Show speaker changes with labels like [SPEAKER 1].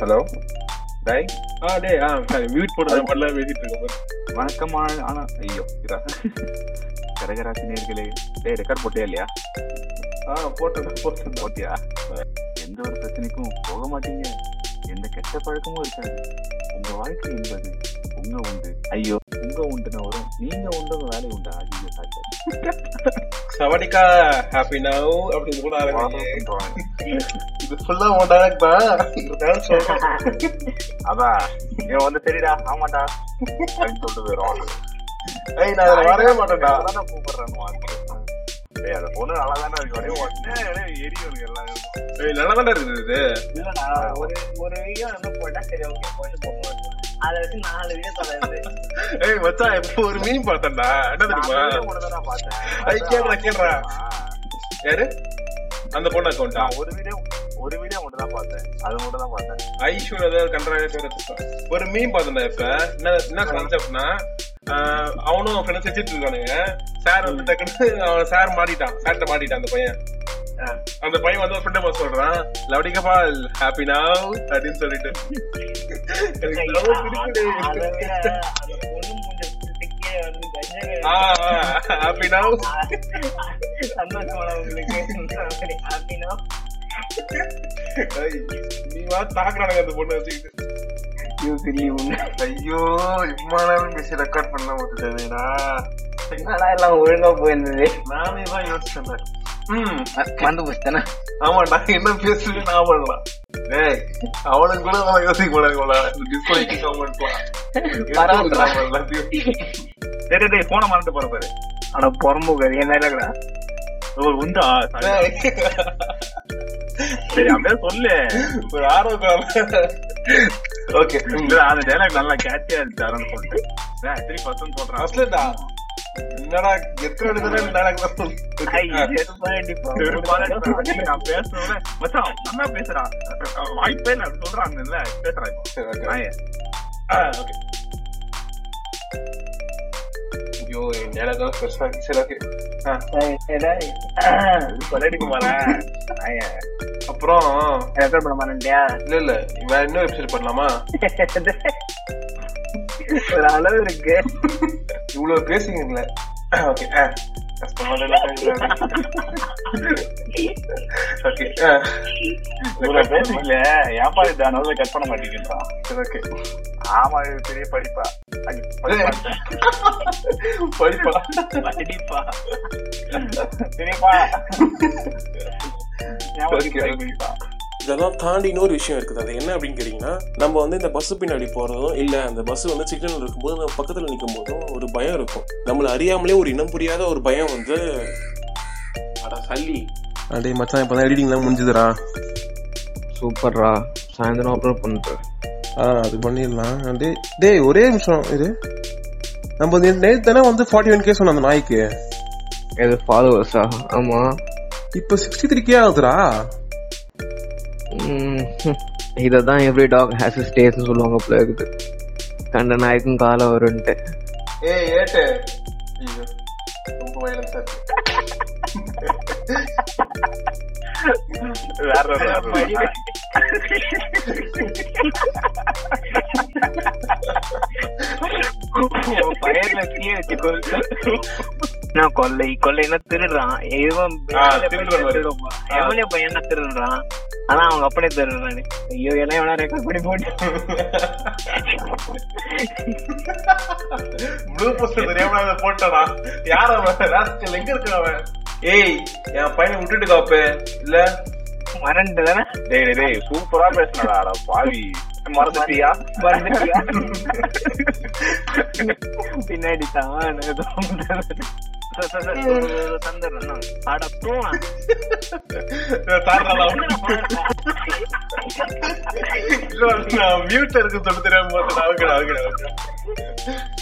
[SPEAKER 1] Hello டை
[SPEAKER 2] ஆ டேய் ஆ சாரி மியூட் போட்டு நான் பண்ணலாம் பேசிட்டு இருக்கேன்
[SPEAKER 1] வணக்கமான ஆனா ஐயோ இதா கடகராசி நேர்களே டேய் ரெக்கார்ட் போட்டியா இல்லையா
[SPEAKER 2] ஆ போட்டேன் போட்டேன்
[SPEAKER 1] போட்டியா எந்த ஒரு பிரச்சனைக்கும் போக மாட்டீங்க எந்த கெட்ட பழக்கமும் இருக்காது உங்க வாழ்க்கை என்பது உங்க உண்டு ஐயோ உங்க உண்டுன்னு வரும் நீங்க உண்டு வேலை உண்டா அதிக
[SPEAKER 2] சவடிக்கா ஹாப்பி நவ் அப்படின்னு கூட ஆரம்பிச்சு
[SPEAKER 1] சாட்சி
[SPEAKER 2] இது ஃபுல்லா உன் டேரக்ட் தான் இருந்தாலும் சொல்றேன்
[SPEAKER 1] அதான் இவன் வந்து சரிடா ஆமாண்டா அப்படின்னு சொல்லிட்டு போயிடும்
[SPEAKER 2] ஏய் நான் அதுல வரவே மாட்டேன்டா
[SPEAKER 1] அதான கூப்பிடுறேன் உனக்கு. டேய், அந்த பொண்ணு நல்லாதானே இருக்கு. அப்படியே உடனே அப்படியே எரியும் எல்லாம்.
[SPEAKER 2] ஏய் நல்லா தான் இருக்குது இது
[SPEAKER 3] இல்லடா, ஒரு ஒரு வீடியோ நம்ம போட்டா சரி ஓகே போட்டு போவோம் அதை வச்சு நாலு வீடியோ தொடருது
[SPEAKER 2] ஏய் மச்சான் இப்போ ஒரு மீன் பார்த்தேன்டா என்ன
[SPEAKER 1] நான்
[SPEAKER 2] தெரியுமா
[SPEAKER 1] அந்த பொண்ணு தான் நான் பார்த்தேன்.
[SPEAKER 2] ஐ, கேட்றா, கேட்றா.
[SPEAKER 1] ஆ,
[SPEAKER 2] யாரு அந்த பொண்ணு அக்கௌண்டா
[SPEAKER 1] நான் ஒரு வீடியோ ஒரு வீடியோ மட்டும் தான் பார்த்தேன் அது மட்டும் தான் பார்த்தேன்
[SPEAKER 2] ஐஷூர் ஏதாவது கண்டராக பேர் ஒரு மீன் பார்த்தேன்டா இப்ப என்ன என்ன கான்செப்ட்னா அவனும் அவன் ஃப்ரெண்ட்ஸ் வச்சுட்டு இருக்கானுங்க சார் வந்து டக்குன்னு அவன் சார் மாட்டிட்டான் சார்ட்ட மாட்டிட்டான் அந்த பையன்
[SPEAKER 1] ஆ.
[SPEAKER 2] அந்த பையன் வந்து ஃப்ரெண்ட் பார்த்து சொல்றான் லவடிக்கப்பா ஹாப்பி நாவ் அப்படின்னு சொல்லிட்டு எனக்கு love பிடிக்குது.
[SPEAKER 3] அதை விட அந்த பொண்ணு மூஞ்ச பிடிச்சிக்கே வந்து கஞ்சவே
[SPEAKER 2] ஆ ஹாப்பி நாவ்
[SPEAKER 3] சந்தோஷமான உங்களுக்கு அப்படின்னா
[SPEAKER 2] நீ வா தாக்குறானுங்க அந்த பொண்ணு வச்சுக்கிட்டு
[SPEAKER 1] ஐயோ இவ்வளவு நேரம் பேசி ரெக்கார்ட் பண்ண விட்டுட்டேனா
[SPEAKER 3] என்னடா எல்லாம் ஒழுங்கா போயிருந்தது
[SPEAKER 2] நானே தான் யோசிச்சேன் ம்
[SPEAKER 3] மறந்து போச்சுதானே
[SPEAKER 2] ஆமாடா என்ன பேசுறது நான் பண்ணலாம் டேய் அவனுக்கு கூட அவன் யோசிக்க மாட்டாங்களா டிஸ்லைக் கமெண்ட்
[SPEAKER 3] பரவாயில்ல.
[SPEAKER 2] எல்லாத்தையும்
[SPEAKER 1] டேய் டேய், டேய் போன மறந்துட்டு போற பாரு
[SPEAKER 3] ஆனா புறம்போக்காது என்ன இல்லடா
[SPEAKER 1] ஓ, உண்டா சரி,
[SPEAKER 2] டேய்,
[SPEAKER 1] சரி அப்படியே சொல்லு
[SPEAKER 2] ஒரு ஆரோக்கியம் ஓகே
[SPEAKER 1] இல்ல, அந்த டைலாக் நல்லா கேட்சியா இருந்துச்சாருன்னு சொல்லிட்டு டேய், திருப்பி பத்துன்னு சொல்றான்
[SPEAKER 2] அஸ்லடா என்னடா எத்தனை தடவை நடக்கலாம்
[SPEAKER 1] பெரும்பாலும் இப்ப நான் பேசுறதுல, மச்சான், நல்லா பேசுறா. வாய்ப்பே இல்ல, அப்படி சொல்றாங்கல்ல, பேசுறா இப்போ. நாயே.
[SPEAKER 2] ஐயோ என் நேரம் பெருசா சரி ஓகே
[SPEAKER 1] நாயே.
[SPEAKER 2] அப்புறம்
[SPEAKER 3] ரெக்கார்ட் பண்ண மாட்டேன்ட்டியா
[SPEAKER 2] இல்ல இல்ல வேற இன்னும் எபிசோட் பண்ணலாமா
[SPEAKER 3] ஒரு அளவு இருக்கு
[SPEAKER 2] இவ்வளவு பேசுங்கல ஓகே கஷ்டமா ஓகே
[SPEAKER 1] இவ்வளவு பேசுறீங்களே, ஏன்பா இது நடுவுல cut பண்ண மாட்டேங்கிறீங்களா?
[SPEAKER 2] ஓகே
[SPEAKER 1] ஆமா, இது பெரிய படிப்பா. ஐயோ, படிப்பா.
[SPEAKER 2] படிப்பா
[SPEAKER 1] படிப்பா. பெரியப்பா. ஏன்
[SPEAKER 2] Okay, okay.
[SPEAKER 1] படிப்பா?
[SPEAKER 4] இதெல்லாம் தாண்டி இன்னொரு விஷயம் இருக்குது அது என்ன அப்படின்னு கேட்டிங்கன்னா நம்ம வந்து இந்த பஸ்ஸு பின்னாடி போகிறதும் இல்லை அந்த பஸ் வந்து சிக்னல் இருக்கும்போது நம்ம பக்கத்தில் நிற்கும் போதும் ஒரு பயம் இருக்கும் நம்மளை அறியாமலே ஒரு இனம் புரியாத ஒரு பயம் வந்து அட சல்லி அடே மச்சான் இப்போ தான் எடிட்டிங்லாம் முடிஞ்சுதுடா
[SPEAKER 5] சூப்பர்ரா சாயந்தரம் அப்லோட் பண்ணிட்டு
[SPEAKER 4] ஆ அது பண்ணிடலாம் டே டேய் ஒரே நிமிஷம் இது நம்ம நேற்று தானே வந்து ஃபார்ட்டி ஒன் கே சொன்ன அந்த நாய்க்கு
[SPEAKER 5] எது ஃபாலோவர்ஸா ஆமா
[SPEAKER 4] இப்போ சிக்ஸ்டி த்ரீ கே ஆகுதுடா
[SPEAKER 5] ம், இதை தான் எவ்ரி டாக் ஹேஸ் இஸ் டேஸ்னு சொல்லுவாங்க போல இருக்குது கண்ட நாய்க்கும் காலம் வரும்ன்ட்டு
[SPEAKER 2] ஏய் ஏட்டு ஐயோ, ரொம்ப வயலன்ஸா இருக்கு
[SPEAKER 1] வேற ஒரு வேற ஒரு.
[SPEAKER 3] உன் பயிர்ல தீய வச்சு கொல்லு. நான் கொள்ளை கொள்ளைன்னா திருடுறான் இவன்
[SPEAKER 2] ஆ,
[SPEAKER 3] பையன்
[SPEAKER 2] திருடுற மாதிரி.
[SPEAKER 3] திருடுவான். எவனே பையன் திருடுறான் ஆனா அவங்க அப்படியே திருடுறான் ஐயோ எல்லாம் எவனா ரெக்கார்ட் பண்ணி போட்டு
[SPEAKER 2] ப்ளூ போஸ்டர் தெரியாம நான் இதை போட்டேனா யார் அவன் ராஸ்கல் எங்க இருக்கான் அவன் ஏய் என் பையனை விட்டுட்டு காப்பு இல்ல
[SPEAKER 3] மறண்டு தானே
[SPEAKER 1] டேய், டேய், டேய், சூப்பரா பேசுனடா, அட பாவி. மறந்துட்டியா?
[SPEAKER 3] மறந்துட்டியா? பின்னாடி தான் ஏதோ சரி, சரி, சரி, ஒரு- ஒரு தந்துடுறேன் நான். அட போனா.
[SPEAKER 2] தாண்டலாம் இல்ல நான் மியூட்ல இருக்கு சொல்லு தெரியாம போட்டேன் அவங்கடா அவங்கடா